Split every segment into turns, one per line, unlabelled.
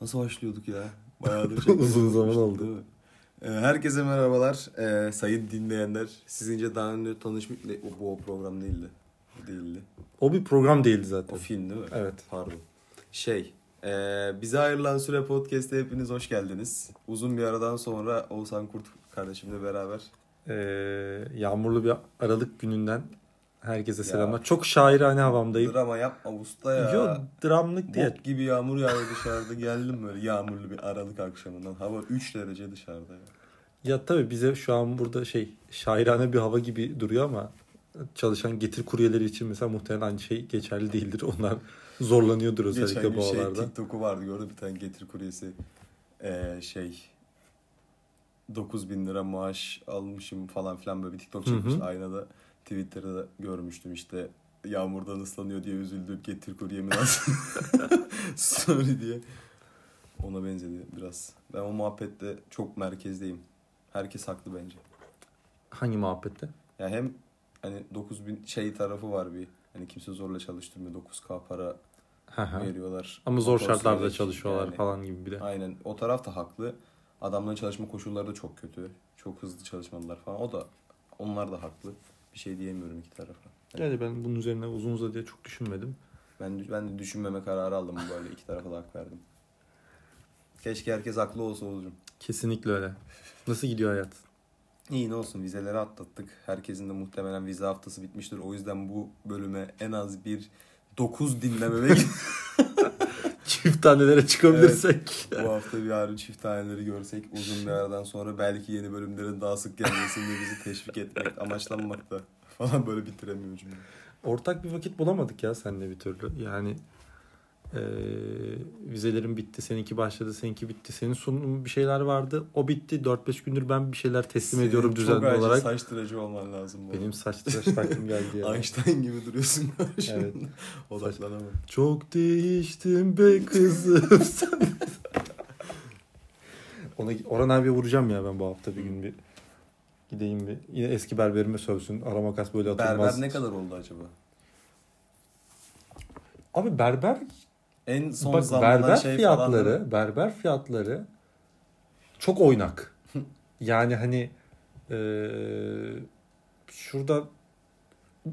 Nasıl başlıyorduk ya? Bayağıdır
Uzun zaman oldu.
Değil mi? Ee, Herkese merhabalar. Ee, sayın dinleyenler. Sizince daha önce tanışmış... Ne, o- bu o program değildi. Bu değildi.
O bir program değildi
O
zaten.
film değil mi?
Evet.
Pardon. Şey, ee, bize ayrılan süre podcast'e hepiniz hoş geldiniz. Uzun bir aradan sonra Oğuzhan Kurt kardeşimle beraber
Ee, yağmurlu bir Aralık gününden herkese
Ya.
selamlar. Çok şairane havamdayım.
drama yapma usta ya.
Yo dramlık değil.
Bok gibi yağmur yağıyor dışarıda. Geldim böyle yağmurlu bir aralık akşamından. Hava 3 derece dışarıda ya.
Ya tabii bize şu an burada şey şairane bir hava gibi duruyor ama çalışan getir kuryeleri için mesela muhtemelen aynı şey geçerli değildir. Onlar zorlanıyordur özellikle
Geçen gün
bu
şey
havalarda.
TikTok'u vardı gördüm bir tane getir kuryesi Ee, şey 9 bin lira maaş almışım falan filan böyle bir TikTok
Hı hı.
çekmiş aynada Twitter'da da görmüştüm işte yağmurdan ıslanıyor diye üzüldüm getir kuryemi lazım sorry diye ona benzedi biraz ben o muhabbette çok merkezdeyim herkes haklı bence
Hangi muhabbette?
ya hem hani 9 bin şey tarafı var bir hani kimse zorla çalıştırmıyor 9k para
Hı hı.
veriyorlar
ama zor
Motor
şartlarda
sürecek
çalışıyorlar
yani.
falan gibi bir de.
Aynen. O taraf da haklı. Adamların çalışma koşulları da çok kötü. Çok hızlı çalışmalılar falan. O da onlar da haklı. Bir şey diyemiyorum iki tarafa. Yani
Yani ben bunun üzerine uzun uzadıya çok düşünmedim.
ben ben de düşünmeme kararı aldım böyle iki tarafa da hak verdim. Keşke herkes haklı olsa Oğuzcum.
Kesinlikle öyle. Nasıl gidiyor hayat?
İyi ne olsun vizeleri atlattık. Herkesin de muhtemelen vize haftası bitmiştir. O yüzden bu bölüme en az bir 9 dinleme ve
Çift tanelere çıkabilirsek.
bu hafta bir yarın çift taneleri görsek uzun bir aradan sonra belki yeni bölümlerin daha sık gelmesini de bizi teşvik etmek amaçlanmakta falan böyle bitiremiyor cümle.
Ortak bir vakit bulamadık ya seninle bir türlü. Yani eee, vizelerin bitti, seninki başladı, seninki bitti. Senin sunum bir şeyler vardı. O bitti. 4-5 gündür ben bir şeyler teslim
Senin
ediyorum
çok
düzenli
acil
olarak.
saç tıraşı olman lazım bu.
Benim saç tıraş takvim geldi
arada.
ya.
Einstein gibi duruyorsun.
Evet.
evet. Odaklanamam.
Çok değiştim be kızım sen. Ona, Orhan abiye vuracağım ya ben bu hafta bir gün bir. Gideyim bir. Yine eski berberime sövsün. Ara makas böyle atılmaz.
Berber ne kadar oldu acaba?
Abi berber
En son
Bak
zamanlar
berber
şey
fiyatları,
falan.
berber fiyatları çok oynak. yani hani eee, şurada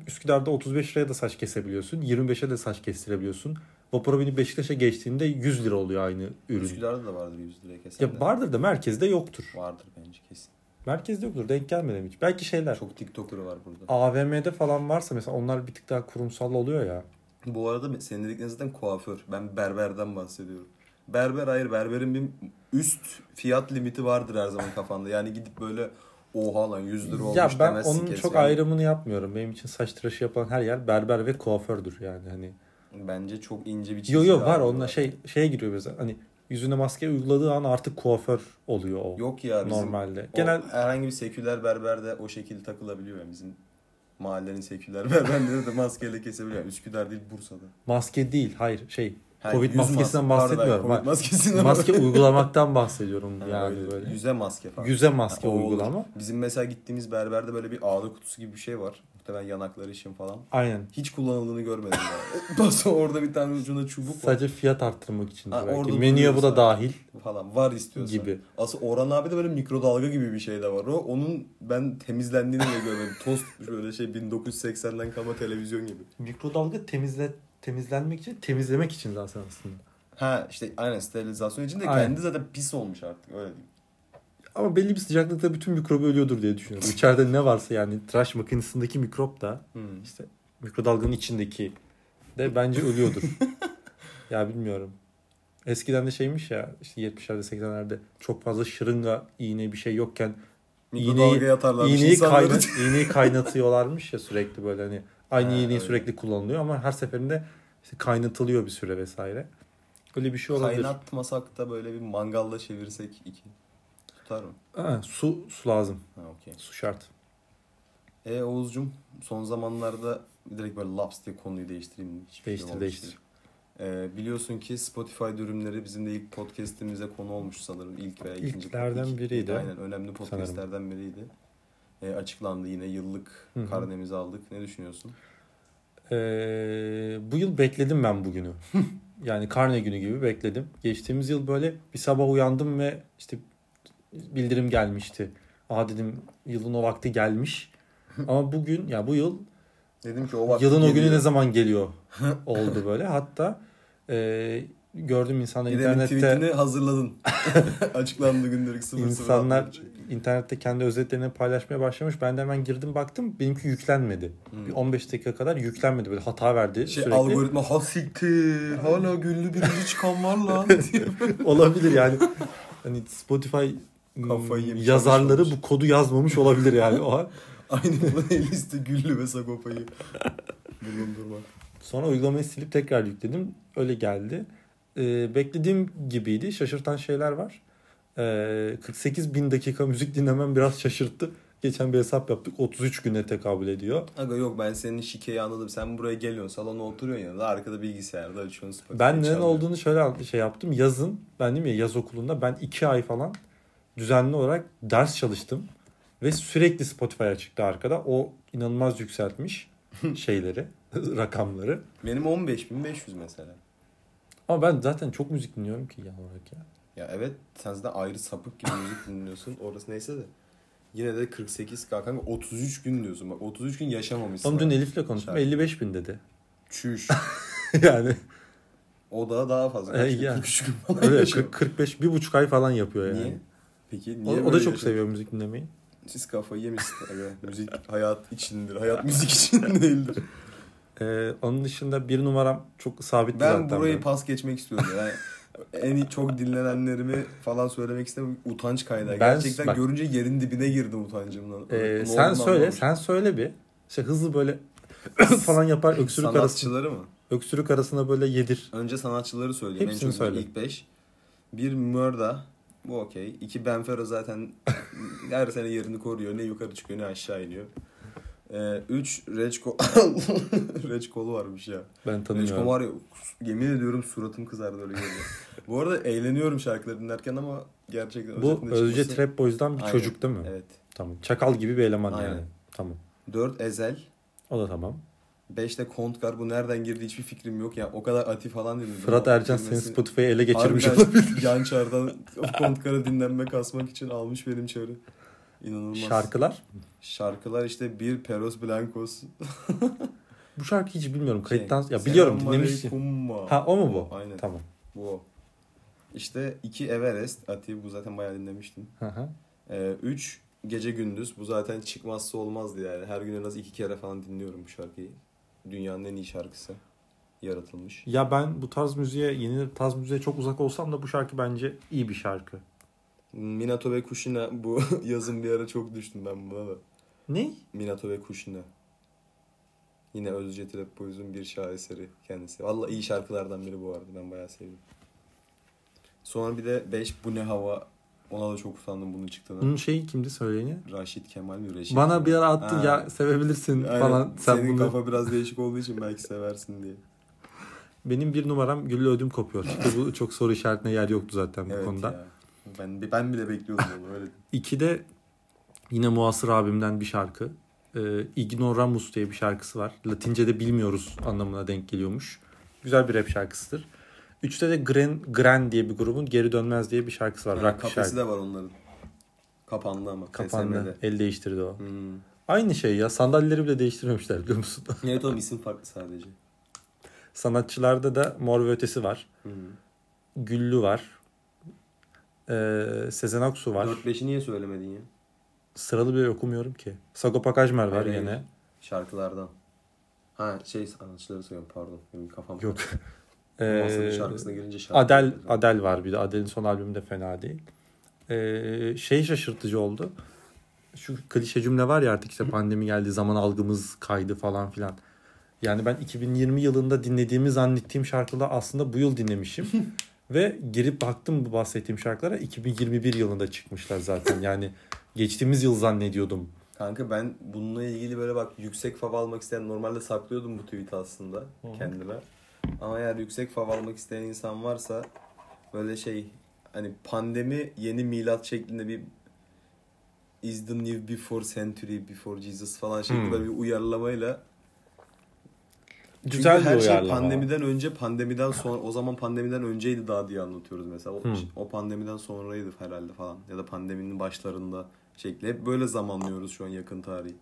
Üsküdar'da 35 liraya da saç kesebiliyorsun. 25'e de saç kestirebiliyorsun. Vapura binip Beşiktaş'a geçtiğinde 100 lira oluyor aynı ürün.
Üsküdar'da da vardır 100 liraya kesen.
Ya vardır da merkezde yoktur.
Vardır bence kesin.
Merkezde yoktur. Denk gelmedim hiç. Belki şeyler.
Çok TikToker var burada.
AVM'de falan varsa mesela onlar bir tık daha kurumsal oluyor ya.
Bu arada senin dediklerin zaten kuaför. Ben berberden bahsediyorum. Berber hayır berberin bir üst fiyat limiti vardır her zaman kafanda. Yani gidip böyle oha lan 100 lira olmuş
Ya ben
demezsin
onun
kesin.
çok ayrımını yapmıyorum. Benim için saç tıraşı yapan her yer berber ve kuafördür yani hani.
Bence çok ince bir çizgi.
Yo yo var
abi.
onunla şey şeye giriyor mesela hani yüzüne maske uyguladığı an artık kuaför oluyor o.
Yok ya bizim.
normalde.
o
Genel
herhangi bir seküler berber de o şekilde takılabiliyor yani bizim mahallenin seküler berberleri de maskeyle kesebiliyor. Üsküdar değil Bursa'da.
maske değil hayır şey
Ha,
Covid
yüz
maskesinden
maske-
bahsetmiyorum.
Pardon, COVID maskesinden
maske uygulamaktan bahsediyorum
Ha,
yani,
öyle.
böyle.
Yüze maske falan.
Yüze maske
Ha, o olur.
uygulama.
Bizim mesela gittiğimiz berberde böyle bir ağda kutusu gibi bir şey var. Muhtemelen yanakları için falan.
Aynen.
Hiç kullanıldığını görmedim ya. Ondan sonra orada bir tane ucunda çubuk var
Sadece fiyat arttırmak için
Ha,
belki.
orada
Menüye bu
duruyorsa.
da dahil
falan. Var istiyorsan.
gibi.
Asıl Orhan abi de böyle mikrodalga gibi bir şey de var. O onun ben temizlendiğini de görmedim. Tost böyle şey 1980'den kalma televizyon gibi.
Mikrodalga temizle temizlenmek için temizlemek için zaten aslında.
Ha işte aynen sterilizasyon için de
Aynen.
kendi zaten pis olmuş artık öyle diyeyim.
Ama belli bir sıcaklıkta bütün mikrobu ölüyordur diye düşünüyorum. İçeride ne varsa yani tıraş makinesindeki mikrop da
Hmm.
işte mikrodalganın içindeki de bence ölüyordur. ya bilmiyorum. Eskiden de şeymiş ya işte 70'lerde 80'lerde çok fazla şırınga iğne bir şey yokken
Mikrodalga
İğneyi-
yatarlarmış
iğneyi,
insanları.
kaynat, iğneyi kaynatıyorlarmış ya sürekli böyle hani aynı
Ha,
iğneyi
öyle.
sürekli kullanılıyor ama her seferinde işte kaynatılıyor bir süre vesaire. Öyle bir şey olabilir.
Kaynatmasak da böyle bir mangalla çevirsek iki. Tutar mı?
Ha, su su lazım.
Ha okey.
Su şart.
E Oğuzcum son zamanlarda direkt böyle laps diye konuyu değiştireyim. mi? Hiçbir şey
Değiştir,
olmamış
değiştir.
değil. E, biliyorsun ki Spotify dürümleri bizim de ilk podcast'imize konu olmuş sanırım. İlk veya ikinci.
İlklerden
ilk-
biriydi.
Aynen önemli podcast'lerden biriydi. E, açıklandı yine yıllık
Hı hı.
karnemizi aldık. Ne düşünüyorsun?
Ee, bu yıl bekledim ben bugünü. yani karne günü gibi bekledim. Geçtiğimiz yıl böyle bir sabah uyandım ve işte bildirim gelmişti. Aa dedim yılın o vakti gelmiş. Ama bugün ya bu yıl
Dedim ki o vakti
yılın o
geliyor.
günü ne zaman geliyor oldu böyle. Hatta e, gördüm insanlar
Gidenin
internette
tweetini hazırladın. Açıklandı gündelik 00.
İnsanlar internette kendi özetlerini paylaşmaya başlamış. Ben de hemen girdim baktım. Benimki yüklenmedi. Bir 15 dakika kadar yüklenmedi. Böyle hata verdi
Hmm. şey,
sürekli.
algoritma ha siktir hala güllü birinci çıkan var lan diye.
olabilir yani. Hani Spotify m,
Kafayı yemiş,
yazarları
alışmamış.
bu kodu yazmamış olabilir yani o an.
Aynı bu liste güllü ve sagopayı bulundurmak.
Sonra uygulamayı silip tekrar yükledim. Öyle geldi. Ee, beklediğim gibiydi. Şaşırtan şeyler var. Ee, 48 bin dakika müzik dinlemem biraz şaşırttı. Geçen bir hesap yaptık. 33 güne tekabül ediyor.
Aga yok ben senin şikeyi anladım. Sen buraya geliyorsun salona oturuyorsun ya da arkada bilgisayarda açıyorsun. Spotify
Ben neden
çalıyor.
olduğunu şöyle şey yaptım. Yazın ben değil mi yaz okulunda ben iki ay falan düzenli olarak ders çalıştım. Ve sürekli Spotify açıktı arkada. O inanılmaz yükseltmiş şeyleri, rakamları.
Benim 15.500 mesela.
Ama ben zaten çok müzik dinliyorum ki genel olarak ya.
Ya evet sen zaten ayrı sapık gibi müzik dinliyorsun. Orası neyse de. Yine de 48 kanka 33 gün diyorsun. Bak 33 gün yaşamamışsın.
Oğlum dün
abi.
Elif'le konuştum.
Şarkı.
55 bin dedi.
Çüş.
yani
O da daha fazla. Kaç
E,
gün?
ya.
43 gün falan
öyle
yaşamış.
40, 45, bir buçuk ay falan yapıyor yani.
şey Niye? Peki
O,
niye böyle şey?
o da çok
yaşamış?
seviyor müzik dinlemeyi.
Siz kafayı yemişsiniz. aga. müzik hayat içindir. Hayat müzik için değildir.
Ee, onun dışında bir numaram çok sabit zaten.
Ben burayı
benim.
pas geçmek istiyorum. Yani en iyi- çok dinlenenlerimi falan söylemek istemiyorum. Utanç kaynağı.
Ben-
Gerçekten
bak-
görünce yerin dibine girdim utancımdan.
Ee,
Ne
sen
olduğunu
söyle,
anlamamışım.
sen söyle bir. İşte hızlı böyle falan yapar öksürük arasında.
Sanatçıları mı?
Öksürük arasına böyle yedir.
Önce sanatçıları söyleyeyim.
Hepsini
en çok
söyle.
ilk 5. Bir Mörda. Bu okey. İki Benfero zaten her sene yerini koruyor. Ne yukarı çıkıyor ne aşağı iniyor. Ee, üç Reçko... Reçkolu varmış ya.
Ben
Reçko
tanımıyorum.
var ya yemin ediyorum suratım kızardı öyle gelince. Bu arada eğleniyorum şarkıları dinlerken ama gerçekten
Bu
özetinde
Özce
çıkması-
Trap Boys'dan bir
Aynen.
çocuk değil mi?
Evet.
Tamam. Çakal gibi bir eleman
Aynen.
yani. Tamam.
4 Ezel.
O da tamam.
5'te Kontkar. Bu nereden girdi hiçbir fikrim yok. Yani o kadar ati falan dedim.
Fırat
Ama
Ercan senin
kelimesi-
Spotify'ı ele geçirmiş
Harbiden
olabilir.
Yan çardan Kontkar'a dinlenme kasmak için almış benim çarı. İnanılmaz.
Şarkılar.
Şarkılar işte bir Peros Blancos.
Bu şarkıyı hiç bilmiyorum. Kayıttan
Şey,
ya biliyorum
Selamünaleyküm
dinlemiştim.
ma.
Ha o mu bu?
Aynen.
Tamam.
Bu o. İşte iki Everest. Ati bu zaten bayağı dinlemiştim.
Hı hı.
Ee, üç Gece Gündüz. Bu zaten çıkmazsa olmazdı yani. Her gün en az iki kere falan dinliyorum bu şarkıyı. Dünyanın en iyi şarkısı. Yaratılmış.
Ya ben bu tarz müziğe, yeni tarz müziğe çok uzak olsam da bu şarkı bence iyi bir şarkı.
Minato ve Kushina bu yazın bir ara çok düştüm ben buna da.
Ne?
Minato ve Kushina. Yine Özce Trap Boys'un bir şaheseri kendisi. Valla iyi şarkılardan biri bu arada. Ben bayağı sevdim. Sonra bir de 5 Bu Ne Hava. Ona da çok utandım bunun çıktığına.
Bunun şeyi kimdi söyleyeni?
Raşit Kemal mi? Reşit
Bana
Kemal.
bir ara attın
Ha.
ya sevebilirsin
Aynen.
falan. Sen
Senin
bunu...
kafa biraz değişik olduğu için belki seversin diye.
Benim bir numaram güllü ödüm kopuyor. Çünkü bu çok soru işaretine yer yoktu zaten bu
Evet
konuda.
ya. Ben, ben bile bekliyordum onu öyle.
İki de yine Muasır abimden bir şarkı. Ee, Ignoramus diye bir şarkısı var. Latince'de bilmiyoruz anlamına denk geliyormuş. Güzel bir rap şarkısıdır. Üçte de Gren, Gren diye bir grubun Geri Dönmez diye bir şarkısı var.
Yani
Rock
kafesi
şarkı.
de var onların. Kapandı ama.
Kapandı.
TSM'de.
El değiştirdi o.
Hmm.
Aynı şey ya. Sandalyeleri bile değiştirmemişler biliyor musun?
Evet oğlum isim farklı sadece.
Sanatçılarda da Mor ve Ötesi var.
Hmm.
Güllü var. Ee, Sezen Aksu var.
4-5'i niye söylemedin ya?
Sıralı bile okumuyorum ki. Sagopa Kajmer var
Hayır,
yine.
hayır. Şarkılardan. Ha şey sanatçıları söylüyorum pardon. Benim kafam.
Yok.
Masanın
Ee,
şarkısına girince şarkı.
Adel
yapıyordum.
Adel var bir de Adel'in son albümü de fena değil. Ee, şey şaşırtıcı oldu. Şu klişe cümle var ya artık işte pandemi geldi zaman algımız kaydı falan filan. Yani ben 2020 yılında dinlediğimi zannettiğim şarkılar aslında bu yıl dinlemişim. Ve girip baktım bu bahsettiğim şarkılara 2021 yılında çıkmışlar zaten. Yani geçtiğimiz yıl zannediyordum.
Kanka ben bununla ilgili böyle bak yüksek fav almak isteyen normalde saklıyordum bu tweet'i aslında kendime. Ama eğer yüksek fav almak isteyen insan varsa böyle şey hani pandemi yeni milat şeklinde bir is the new before century before Jesus falan şeklinde
Hmm.
bir uyarlamayla
Güzel
Çünkü
bir
her şey
uyarlama.
pandemiden önce, pandemiden sonra. O zaman pandemiden önceydi daha diye anlatıyoruz mesela. O,
Hmm.
o pandemiden sonraydı herhalde falan. Ya da pandeminin başlarında şekli. Hep böyle zamanlıyoruz şu an yakın tarihi.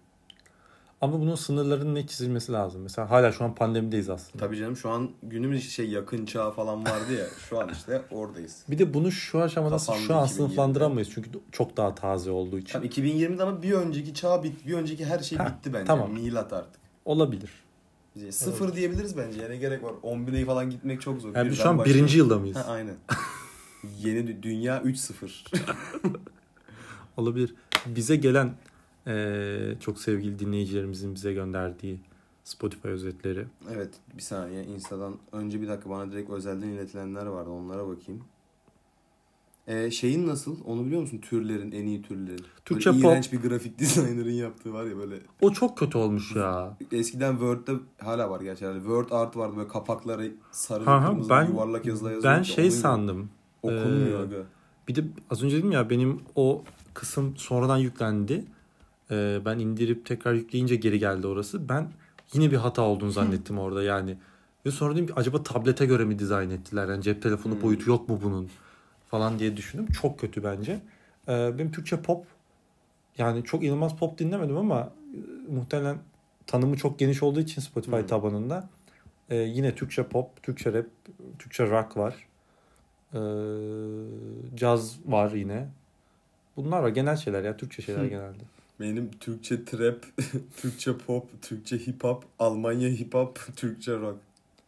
Ama bunun sınırlarının ne çizilmesi lazım. Mesela hala şu an pandemideyiz aslında.
Tabii canım şu an günümüz şey yakın çağ falan vardı ya. Şu an işte oradayız.
Bir de bunu şu aşamada
Kapandı
şu an
2020'de.
sınıflandıramayız. Çünkü çok daha taze olduğu için.
Tam 2020'de ama bir önceki çağ bitti. Bir önceki her şey
Ha,
bitti bence.
tamam.
Milat artık.
Olabilir.
Bize sıfır diyebiliriz bence. Yani gerek var. 10 bine falan gitmek çok zor.
Yani biz
Birden
şu an
başlayalım.
birinci yılda mıyız?
Ha, aynen. Yeni dü- dünya 3-0.
Olabilir. Bize gelen eee, çok sevgili dinleyicilerimizin bize gönderdiği Spotify özetleri.
evet bir saniye. Insta'dan önce bir dakika bana direkt özelden iletilenler vardı. Onlara bakayım. Ee, şeyin nasıl? Onu biliyor musun? Türlerin, en iyi türleri.
Türkçe
böyle
pop.
iğrenç bir grafik designer'ın yaptığı var ya böyle.
O çok kötü olmuş ya.
Eskiden Word'de hala var gerçi. herhalde. Word art vardı böyle kapakları sarı
Ha
ve
ha,
kırmızı
ben-
yuvarlak yazılar yazıyor.
Ben şey sandım.
Okunmuyor.
Ee,
aga.
Bir de az önce dedim ya benim o kısım sonradan yüklendi. Ee, ben indirip tekrar yükleyince geri geldi orası. Ben yine bir hata olduğunu zannettim orada yani. Ve sonra dedim ki acaba tablete göre mi dizayn ettiler? Yani cep telefonu
Hmm.
boyutu yok mu bunun? Falan diye düşündüm. Çok kötü bence. Ee, benim Türkçe pop yani çok inanılmaz pop dinlemedim ama e, muhtemelen tanımı çok geniş olduğu için Spotify
Hmm.
tabanında e, yine Türkçe pop, Türkçe rap, Türkçe rock var. Ee, caz var yine. Bunlar var genel şeyler ya Türkçe şeyler genelde.
Benim Türkçe trap, Türkçe pop, Türkçe hip hop, Almanya hip hop, Türkçe rock.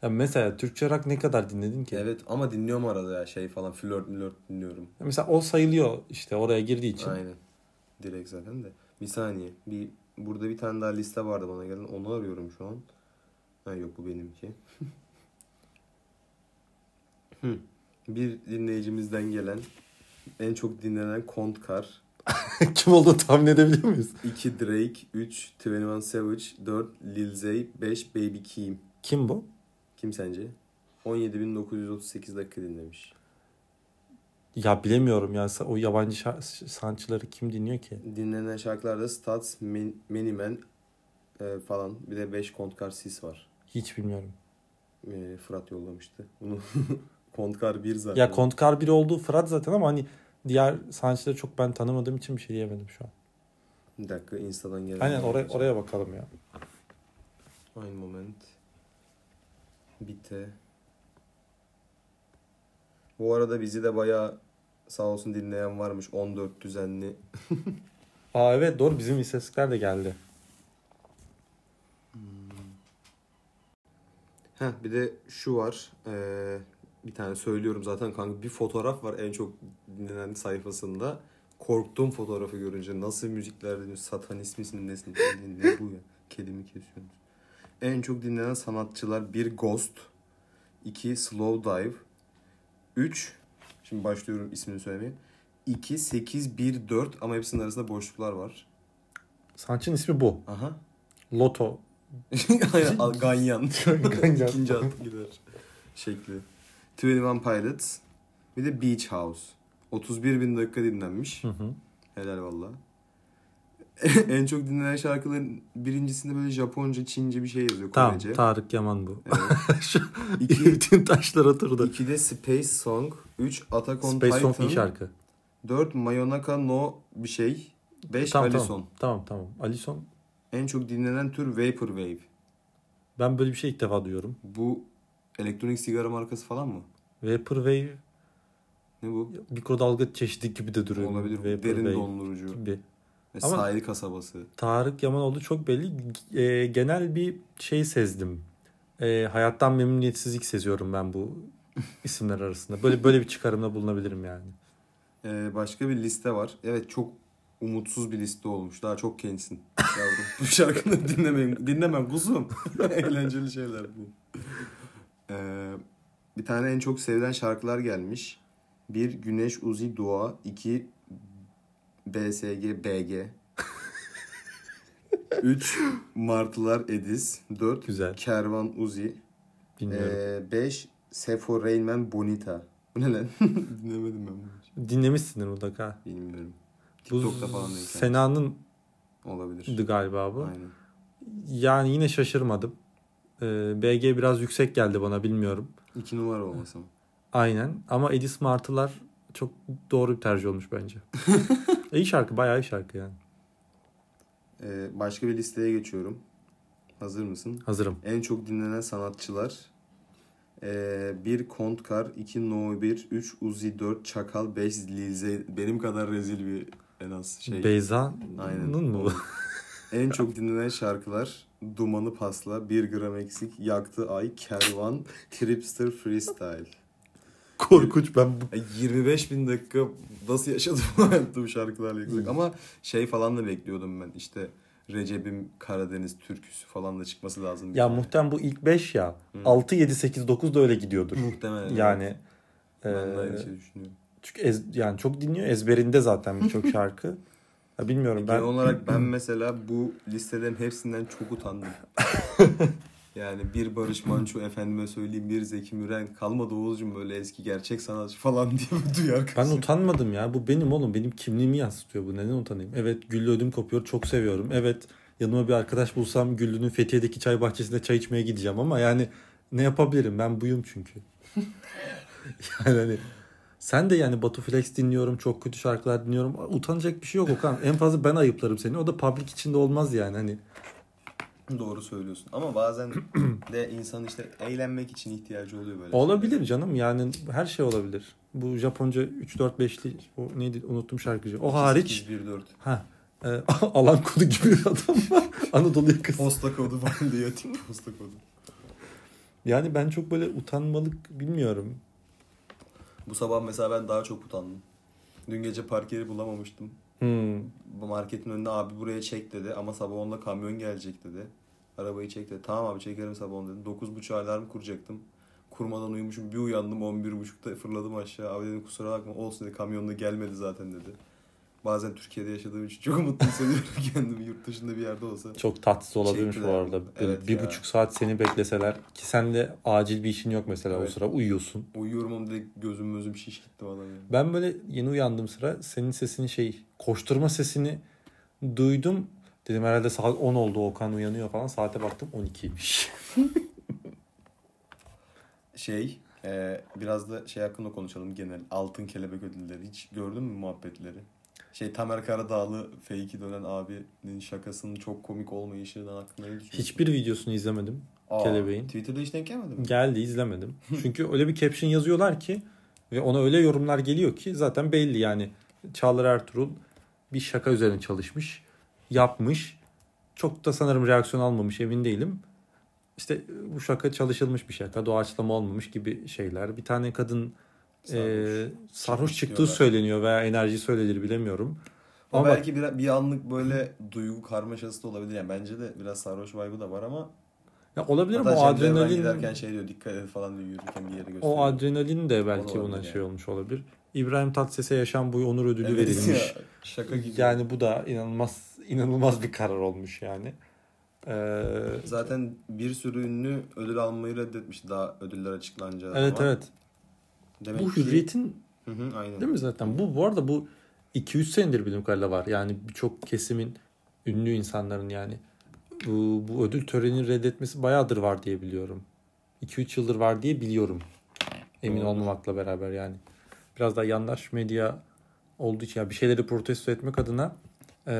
Ya mesela Türkçe rock ne kadar dinledin ki?
Evet ama dinliyorum arada ya şey falan flört flört dinliyorum.
Ya Mesela o sayılıyor işte oraya girdiği için.
Aynen. Direkt zaten de. Bir saniye. Bir burada bir tane daha liste vardı bana gelen. Onu arıyorum şu an. Ha yok bu benimki. Hı. bir dinleyicimizden gelen en çok dinlenen Kontkar,
Kim olduğunu tahmin edebiliyor muyuz?
2 Drake, 3 21 Savage, 4 Lil Zay, 5 Baby Keem.
Kim bu?
Kim sence? 17.938 dakika dinlemiş.
Ya bilemiyorum ya Sa- o yabancı şa- sanatçıları kim dinliyor ki?
Dinlenen şarkılarda Stats, Men- Miniman e, falan. Bir de 5 Kontkar Sis var.
Hiç bilmiyorum.
E, Fırat yollamıştı. Bunu Kontkar 1 zaten.
Ya Kontkar biri olduğu Fırat zaten ama hani diğer sanatçıları çok ben tanımadığım için bir şey diyemedim şu an.
bir dakika Insta'dan gelen.
Aynen oraya, oraya bakalım ya.
Aynı moment. Bite. Bu arada bizi de bayağı sağ olsun dinleyen varmış. 14 düzenli.
Aa evet doğru bizim istatistikler de geldi.
Heh, bir de şu var. Ee, bir tane söylüyorum zaten kanka. Bir fotoğraf var en çok dinlenen sayfasında. Korktuğum fotoğrafı görünce nasıl müzikler dinliyorsun? Satanist misin nesin? Ne ne bu ya? Kedimi kesiyorsunuz. En çok dinlenen sanatçılar bir Ghost, iki Slow Dive, 3 şimdi başlıyorum ismini söylemeye. 2 8 1 4 ama hepsinin arasında boşluklar var.
Sanatçının ismi bu.
Aha.
Loto.
Aynen, Al- Ganyan.
Ganyan.
İkinci at gider. Şekli. 21 Pilots. Bir de Beach House. 31 bin dakika dinlenmiş.
Hı hı.
Helal valla. en çok dinlenen şarkıların birincisinde böyle Japonca, Çince bir şey yazıyor.
Tamam
Korece.
Tarık Yaman bu. Şu
İki,
bütün taşlar oturdu.
iki de Space Song. 3 Attack on
Space Song iyi
Titan.
şarkı.
4 Mayonaka No bir şey. 5
Tamam,
Alison.
tamam tamam tamam. Alison
En çok dinlenen tür Vaporwave.
ben böyle bir şey ilk defa duyuyorum.
Bu elektronik sigara markası falan mı?
Vaporwave
Ne bu?
mikrodalga çeşidi gibi de duruyor.
Olabilir.
Vaporwave
Derin dondurucu.
gibi.
Ve
Ama-
sahil kasabası.
Tarık Yamanoğlu çok belli. G- e, genel bir şey sezdim. E, hayattan memnuniyetsizlik seziyorum ben bu isimler arasında. Böyle böyle bir çıkarımda bulunabilirim yani.
Ee, başka bir liste var. Evet çok umutsuz bir liste olmuş. Daha çok gençsin. Yavrum bu şarkını dinlemeyin. Dinlemem kuzum. Eğlenceli şeyler bu. Ee, bir tane en çok sevilen şarkılar gelmiş. Bir Güneş Uzi Dua. iki BSG BG. 3 Martılar Edis. 4
Güzel.
Kervan Uzi.
Bilmiyorum.
5 Sefo Rainman Bonita. Bu ne lan? Dinlemedim ben bunu.
Dinlemişsindir mutlaka.
Bilmiyorum.
Bu
TikTok'ta E, falan değil.
Sena'nındı
Olabilir.
galiba bu.
Aynen.
Yani yine şaşırmadım. Ee, BG biraz yüksek geldi bana bilmiyorum.
İki numara olmasam.
Aynen ama Edis Martılar çok doğru bir tercih olmuş bence. iyi şarkı bayağı iyi şarkı yani.
Ee, başka bir listeye geçiyorum. Hazır mısın?
Hazırım.
En çok dinlenen sanatçılar. Ee, 1 Kontkar, 2 No 1, 3 Uzi, 4 Çakal, 5 Lilze. Benim kadar rezil bir en az şey.
Beyza'nın mı bu?
en çok dinlenen şarkılar. Dumanı Pasla, 1 Gram Eksik, Yaktı Ay, Kervan, Tripster Freestyle.
Korkunç ben bu.
Ya 25 E, bin dakika nasıl yaşadım hayatım şarkılarla yüksek. Ama şey falan da bekliyordum ben işte Recep'im Karadeniz türküsü falan da çıkması lazım.
Ya muhtemelen bu ilk 5 ya.
Hmm.
6, 7, 8, 9 da öyle gidiyordur.
Muhtemelen.
Yani
Hmm. Ben de
e,
aynı şey düşünüyorum.
çünkü ez- yani çok dinliyor ezberinde zaten birçok şarkı. Ya bilmiyorum
Genel
ben
olarak ben mesela bu listelerin hepsinden çok utandım. yani bir Barış Manço efendime söyleyeyim bir Zeki Müren kalmadı Oğuzcum böyle eski gerçek sanatçı falan diye bir duyar.
ben utanmadım ya. Bu benim oğlum. Benim kimliğimi yansıtıyor bu. Neden utanayım? Evet güllü ödüm kopuyor. Çok seviyorum. Evet yanıma bir arkadaş bulsam güllünün Fethiye'deki çay bahçesinde çay içmeye gideceğim ama yani ne yapabilirim? Ben buyum çünkü. yani hani sen de yani Batu Flex dinliyorum. Çok kötü şarkılar dinliyorum. Utanacak bir şey yok Okan. En fazla ben ayıplarım seni. O da public içinde olmaz yani. Hani
Doğru söylüyorsun ama bazen de insan işte eğlenmek için ihtiyacı oluyor böyle.
Olabilir canım yani her şey olabilir. Bu Japonca 3-4-5'li o neydi unuttum şarkıcı. O hariç
1-4.
ha e, alan kodu gibi bir adam var. Anadolu yakası.
Posta kodu falan diyor tip posta kodu.
Yani ben çok böyle utanmalık bilmiyorum.
Bu sabah mesela ben daha çok utandım. Dün gece park yeri bulamamıştım.
Hmm.
Bu Marketin önünde abi buraya çek dedi ama sabah onunla kamyon gelecek dedi. Arabayı çek dedi. Tamam abi çekerim sabah onu dedi. 9.30 alarm kuracaktım. Kurmadan uyumuşum bir uyandım 11.30'da fırladım aşağı. Abi dedim kusura bakma olsun dedi kamyonla gelmedi zaten dedi. Bazen Türkiye'de yaşadığım için çok mutlu hissediyorum kendimi yurt dışında bir yerde olsa.
Çok tatsız olabilirmiş bu
Çektiler.
arada. Böyle
Evet
bir
ya.
buçuk saat seni bekleseler ki sen de acil bir işin yok mesela
Evet.
o sıra uyuyorsun.
Uyuyorum ama direkt gözüm gözüm şiş gitti bana. Yani.
Ben böyle yeni uyandığım sıra senin sesini şey koşturma sesini duydum. Dedim herhalde saat 10 oldu Okan uyanıyor falan. Saate baktım 12'ymiş.
Şey, e, biraz da şey hakkında konuşalım genel. Altın kelebek ödülleri. Hiç gördün mü muhabbetleri? Şey Tamer Karadağlı Fake'i dönen abinin şakasının çok komik olmayışından hakkında ne düşünüyorsun?
Hiçbir videosunu izlemedim.
Aa,
kelebeğin.
Twitter'da hiç denk gelmedi mi?
Geldi izlemedim. Çünkü öyle bir caption yazıyorlar ki ve ona öyle yorumlar geliyor ki zaten belli yani. Çağlar Ertuğrul bir şaka üzerine çalışmış. Yapmış. Çok da sanırım reaksiyon almamış emin değilim. İşte e, bu şaka çalışılmış bir şaka. Doğaçlama olmamış gibi şeyler. Bir tane kadın e, sarhoş,
Sarhoş.
çıktığı
diyorlar.
söyleniyor veya enerji söylenir bilemiyorum.
Ama,
Ama bak-
belki bir, bir anlık böyle duygu karmaşası da olabilir. Yani bence de biraz sarhoş vibe'ı da var ama
Ya olabilir ama
hatta
o
Cem Devran
adrenalin
giderken şey diyor dikkat et falan diyor yürürken bir yere gösteriyor.
o adrenalin de belki
Olabilir
buna
yani.
şey olmuş olabilir. İbrahim Tatlıses'e yaşam boyu onur ödülü
Evet
verilmiş.
ya, şaka gibi.
Yani bu da inanılmaz inanılmaz bir karar olmuş yani. Ee,
Zaten bir sürü ünlü ödül almayı reddetmiş daha ödüller açıklanacağı
evet
zaman.
evet.
Demek
bu
ki-
hürriyetin
Hı hı, aynen.
değil mi zaten? Bu bu arada bu 2-3 senedir bildiğim kadarıyla var. Yani birçok kesimin ünlü insanların yani bu, bu ödül törenini reddetmesi bayağıdır var diye biliyorum. 2-3 yıldır var diye biliyorum. Emin
Doğrudur.
olmamakla beraber yani. Biraz daha yandaş medya olduğu için ya bir şeyleri protesto etmek adına e,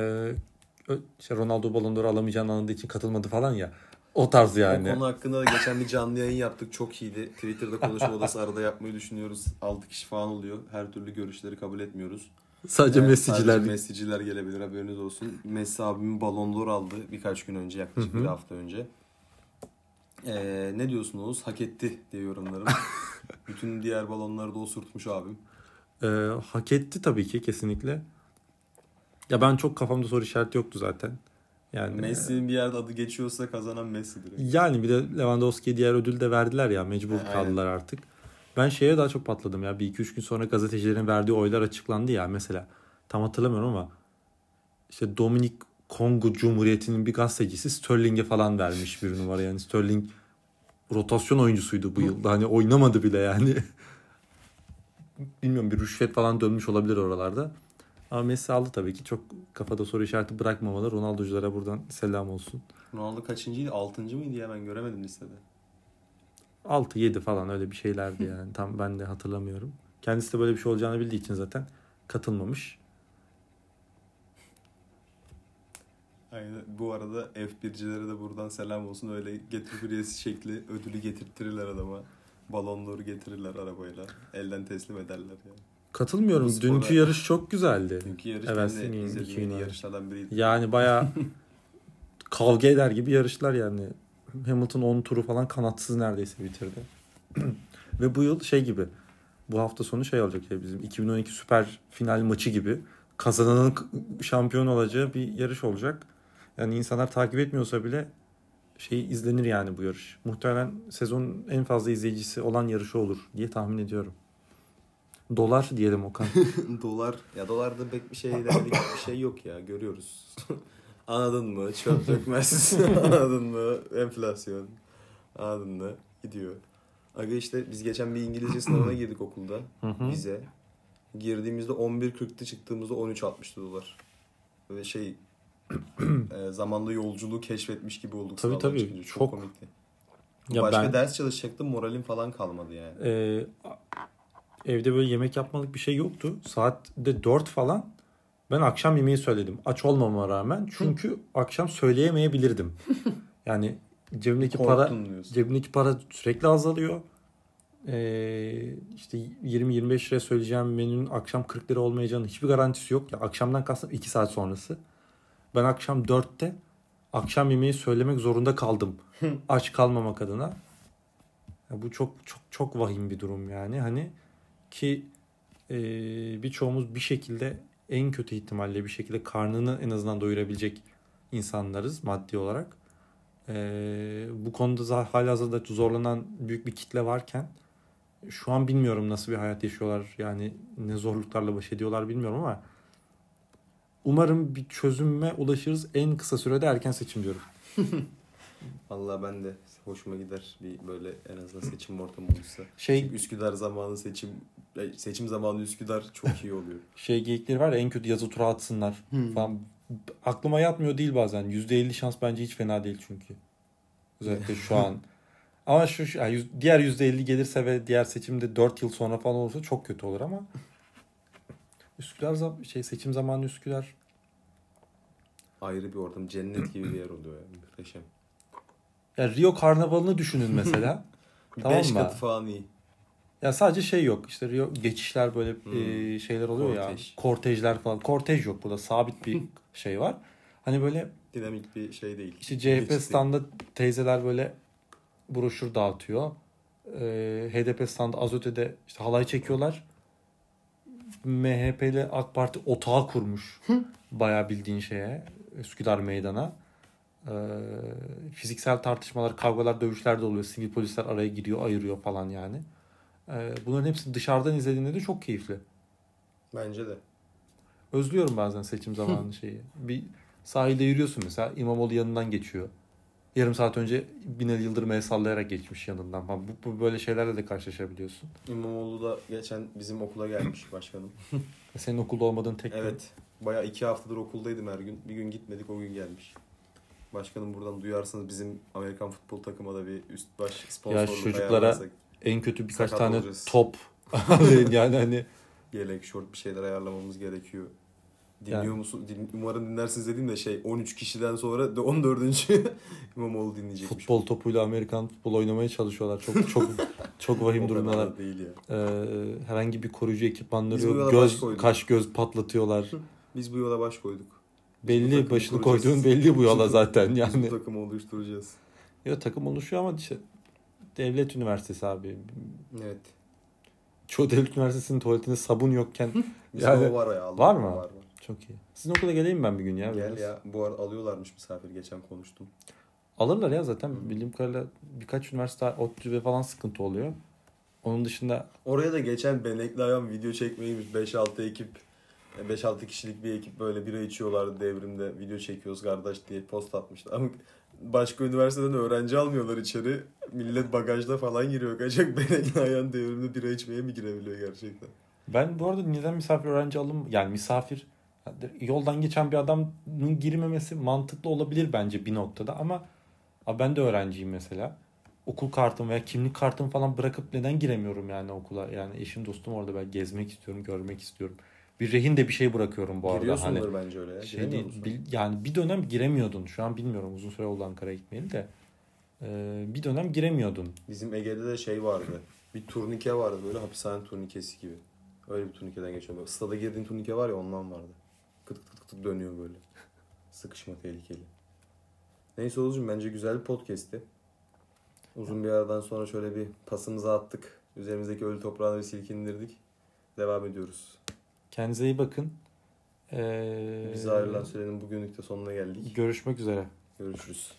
ö- işte Ronaldo Ballon d'Or alamayacağını anladığı için katılmadı falan ya. O tarz
O
yani.
konu hakkında da geçen bir canlı yayın yaptık. Çok iyiydi. Twitter'da konuşma odası arada yapmayı düşünüyoruz. 6 kişi falan oluyor. Her türlü görüşleri kabul etmiyoruz.
Sadece
Ee,
mesajcılar.
Sadece mesajcılar gelebilir haberiniz olsun. Messi abimin Ballon d'Or aldı birkaç gün önce yaklaşık bir hafta önce. Ee, ne diyorsun Oğuz? Hak etti diye yorumlarım. Bütün diğer balonları da osurtmuş abim.
Ee, hak etti tabii ki kesinlikle. Ya ben çok kafamda soru işareti yoktu zaten. Yani
Messi'nin bir yerde adı geçiyorsa kazanan Messi'dir.
yani bir de Lewandowski'ye diğer ödül de verdiler ya mecbur
Ha,
kaldılar artık. Ben şeye daha çok patladım ya. Bir iki üç gün sonra gazetecilerin verdiği oylar açıklandı ya mesela. Tam hatırlamıyorum ama işte Dominik Kongo Cumhuriyeti'nin bir gazetecisi Sterling'e falan vermiş bir numara. Yani Sterling rotasyon oyuncusuydu bu yılda. Hani oynamadı bile yani. Bilmiyorum bir rüşvet falan dönmüş olabilir oralarda. Ama Messi aldı tabii ki. Çok kafada soru işareti bırakmamalı. Ronaldoculara buradan selam olsun.
Ronaldo kaçıncıydı? Altıncı mıydı ya ben göremedim listede.
6-7 falan öyle bir şeylerdi yani. Tam ben de hatırlamıyorum. Kendisi de böyle bir şey olacağını bildiği için zaten katılmamış.
Aynen. Bu arada F1'cilere de buradan selam olsun. Öyle getir kuryesi şekli ödülü getirttirirler adama. Balonları getirirler arabayla. Elden teslim ederler yani.
Katılmıyorum.
Bu spora-
Dünkü yarış çok güzeldi.
Çünkü yarış
Evet,
ben
senin
de
iki
izlediğim
yine.
yeni yarışlardan biriydi.
Yani bayağı kavga eder gibi yarışlar yani. Hamilton 10 turu falan kanatsız neredeyse bitirdi. Ve bu yıl şey gibi. Bu hafta sonu şey olacak ya bizim 2012 süper final maçı gibi. Kazananın k- şampiyon olacağı bir yarış olacak. Yani insanlar takip etmiyorsa bile şey izlenir yani bu yarış. Muhtemelen sezonun en fazla izleyicisi olan yarışı olur diye tahmin ediyorum. Dolar diyelim Okan.
dolar ya dolarda pek bir şey ilerledik bir şey yok ya görüyoruz. Anladın mı? Çöp dökmez. Anladın mı? Enflasyon. Anladın mı? Gidiyor. Aga işte biz geçen bir İngilizce sınavına girdik okulda. Vize. Girdiğimizde 11.40'tı çıktığımızda 13.60'tı dolar. Ve şey e, zamanlı yolculuğu keşfetmiş gibi olduk.
Tabii,
sınavdan
tabii.
çıkınca. Çok,
Çok.
komikti.
Ya
Başka
ben-
ders çalışacaktım moralim falan kalmadı yani.
Ee, evde böyle yemek yapmalık bir şey yoktu. Saat de 4 falan. Ben akşam yemeği söyledim. Aç olmama rağmen. Çünkü akşam söyleyemeyebilirdim. yani cebimdeki para
Korktun diyorsun.
cebimdeki para sürekli azalıyor. Ee, işte 20-25 liraya söyleyeceğim menünün akşam 40 lira olmayacağının hiçbir garantisi yok. Ya akşamdan kastım 2 saat sonrası. Ben akşam 4'te akşam yemeği söylemek zorunda kaldım. Aç kalmamak adına. Ya bu çok çok çok vahim bir durum yani. Hani ki e, birçoğumuz bir şekilde en kötü ihtimalle bir şekilde karnını en azından doyurabilecek insanlarız maddi olarak. E, bu konuda za- halihazırda zorlanan büyük bir kitle varken şu an bilmiyorum nasıl bir hayat yaşıyorlar yani ne zorluklarla baş ediyorlar bilmiyorum ama umarım bir çözüme ulaşırız en kısa sürede erken seçim diyorum.
Vallahi ben de hoşuma gider bir böyle en azından seçim ortamı olursa.
Şey
Üsküdar zamanı seçim e, seçim zamanı Üsküdar çok iyi oluyor.
şey geyikleri var ya en kötü yazı tura atsınlar falan. Aklıma yatmıyor değil bazen. %50 şans bence hiç fena değil çünkü. Özellikle şu an. Ama şu şu- yani yüz- diğer %50 gelirse ve diğer seçimde 4 yıl sonra falan olursa çok kötü olur ama Üsküdar zam- şey seçim zamanı Üsküdar
Ayrı bir ortam. Cennet gibi bir yer oluyor yani. Muhteşem.
ya Rio karnavalını düşünün mesela.
Bir
Tamam
Beş
mı?
katı falan iyi.
ya sadece şey yok. İşte Rio geçişler böyle e, şeyler oluyor
Kortej.
ya. Kortejler falan. Kortej yok burada. Sabit bir şey var. Hani böyle
Dinamik bir şey değil.
İşte
Geçiş
CHP
değil.
standa teyzeler böyle broşür dağıtıyor. Ee, HDP standa az ötede işte halay çekiyorlar. MHP'li AK Parti otağı kurmuş. Bayağı bildiğin şeye. Üsküdar meydana. Ee, fiziksel tartışmalar, kavgalar, dövüşler de oluyor. Sivil polisler araya giriyor, ayırıyor falan yani. Ee, bunların hepsini dışarıdan izlediğinde de çok keyifli.
Bence de.
Özlüyorum bazen seçim zamanı şeyi. Bir sahilde yürüyorsun mesela İmamoğlu yanından geçiyor. Yarım saat önce Binali Yıldırım el sallayarak geçmiş yanından falan. Bu, bu böyle şeylerle de karşılaşabiliyorsun.
İmamoğlu da geçen bizim okula gelmiş başkanım.
E Senin okulda olmadığın tek gün.
Evet. Baya iki haftadır okuldaydım her gün. Bir gün gitmedik o gün gelmiş. Başkanım buradan duyarsanız bizim Amerikan futbol takıma da bir üst baş sponsorluk
çocuklara-
ayarlarsak.
en kötü birkaç
Sakat
tane
olacağız.
top. yani hani
Yelek, şort bir şeyler ayarlamamız gerekiyor. Dinliyor
Yani-
musun? Din- umarım dinlersiniz dediğim de şey 13 kişiden sonra da 14. İmamoğlu dinleyecekmiş.
futbol topuyla Amerikan futbolu oynamaya çalışıyorlar. Çok çok çok
O
vahim
kadar
durumdalar.
da değil ya.
Ee, herhangi bir koruyucu ekipmanları
Biz bu yola
yok.
baş
Göz,
koyduk.
kaş göz patlatıyorlar.
Biz bu yola baş koyduk. bu
belli
takımı
başını
kuracağız.
koyduğun belli bu yola
Biz bu-
zaten
Biz
yani.
bu takımı oluşturacağız.
Ya takım oluşuyor ama işte devlet üniversitesi abi.
Evet.
Çoğu devlet üniversitesinin tuvaletinde sabun yokken
Bizde
Yani-
o var ya. Allah'ım,
Var mı?
Var var.
çok iyi. Sizin okula geleyim ben bir gün ya.
Gel
biraz.
ya. Bu arada alıyorlarmış misafir geçen konuştum.
Alırlar ya zaten bildiğim kadarıyla birkaç üniversite ODTÜ ve falan sıkıntı oluyor. Onun dışında
Oraya da geçen benekli ayağım video çekmeymiş 5-6 ekip. e, 5-6 kişilik bir ekip böyle bira içiyorlardı devrimde video çekiyoruz kardeş diye post atmışlar. Ama başka üniversiteden öğrenci almıyorlar içeri. Millet bagajda falan giriyor. Kaçak benekli ayağın devrimde bira içmeye mi girebiliyor gerçekten?
ben bu arada neden misafir öğrenci alım yani misafir Yani Yoldan geçen bir adamın girmemesi mantıklı olabilir bence bir noktada ama abi ben de öğrenciyim mesela. Okul kartım veya kimlik kartımı falan bırakıp neden giremiyorum yani okula? Yani eşim dostum orada ben gezmek istiyorum, görmek istiyorum. Bir rehin de bir şey bırakıyorum bu arada. Hani-
Giriyorsundur bence öyle ya.
şey
Giremiyor
değil,
musun?
bil- yani bir dönem giremiyordun. Şu an bilmiyorum uzun süre oldu Ankara'ya gitmeyeli de. Ee, bir dönem giremiyordun.
Bizim Ege'de de şey vardı. Bir turnike vardı böyle hapishane turnikesi gibi. Öyle bir turnikeden geçiyorum. Böyle stada girdiğin turnike var ya ondan vardı. Kıt kıt kıt kıt dönüyor böyle. Sıkışma tehlikeli. Neyse Oğuz'cum bence güzel bir podcast'ti. Uzun bir aradan sonra şöyle bir pasımızı attık. Üzerimizdeki ölü toprağını bir silkindirdik. Devam ediyoruz.
Kendinize iyi bakın. Ee,
Bize ayrılan sürenin bugünlük de sonuna geldik.
Görüşmek üzere.
Görüşürüz.